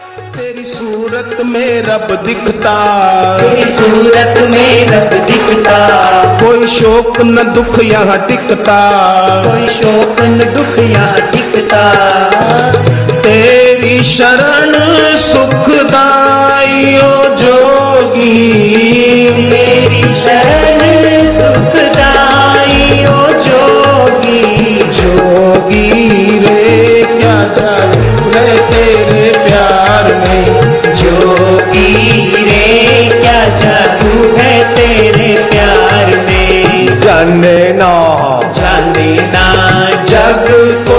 तेरी सूरत में रब दिखता तेरी सूरत में रब दिखता कोई शोक न दुख यहाँ टिकता कोई शोक न दुख यहाँ दिखता तेरी शरण सुखदाई ओ जोगी तेरी शरण सुखदाई ओ जोगी जोगी रे क्या जाने तेरे प्यार में जोगी रे क्या जादू है तेरे प्यार में जाने ना जाने ना जग को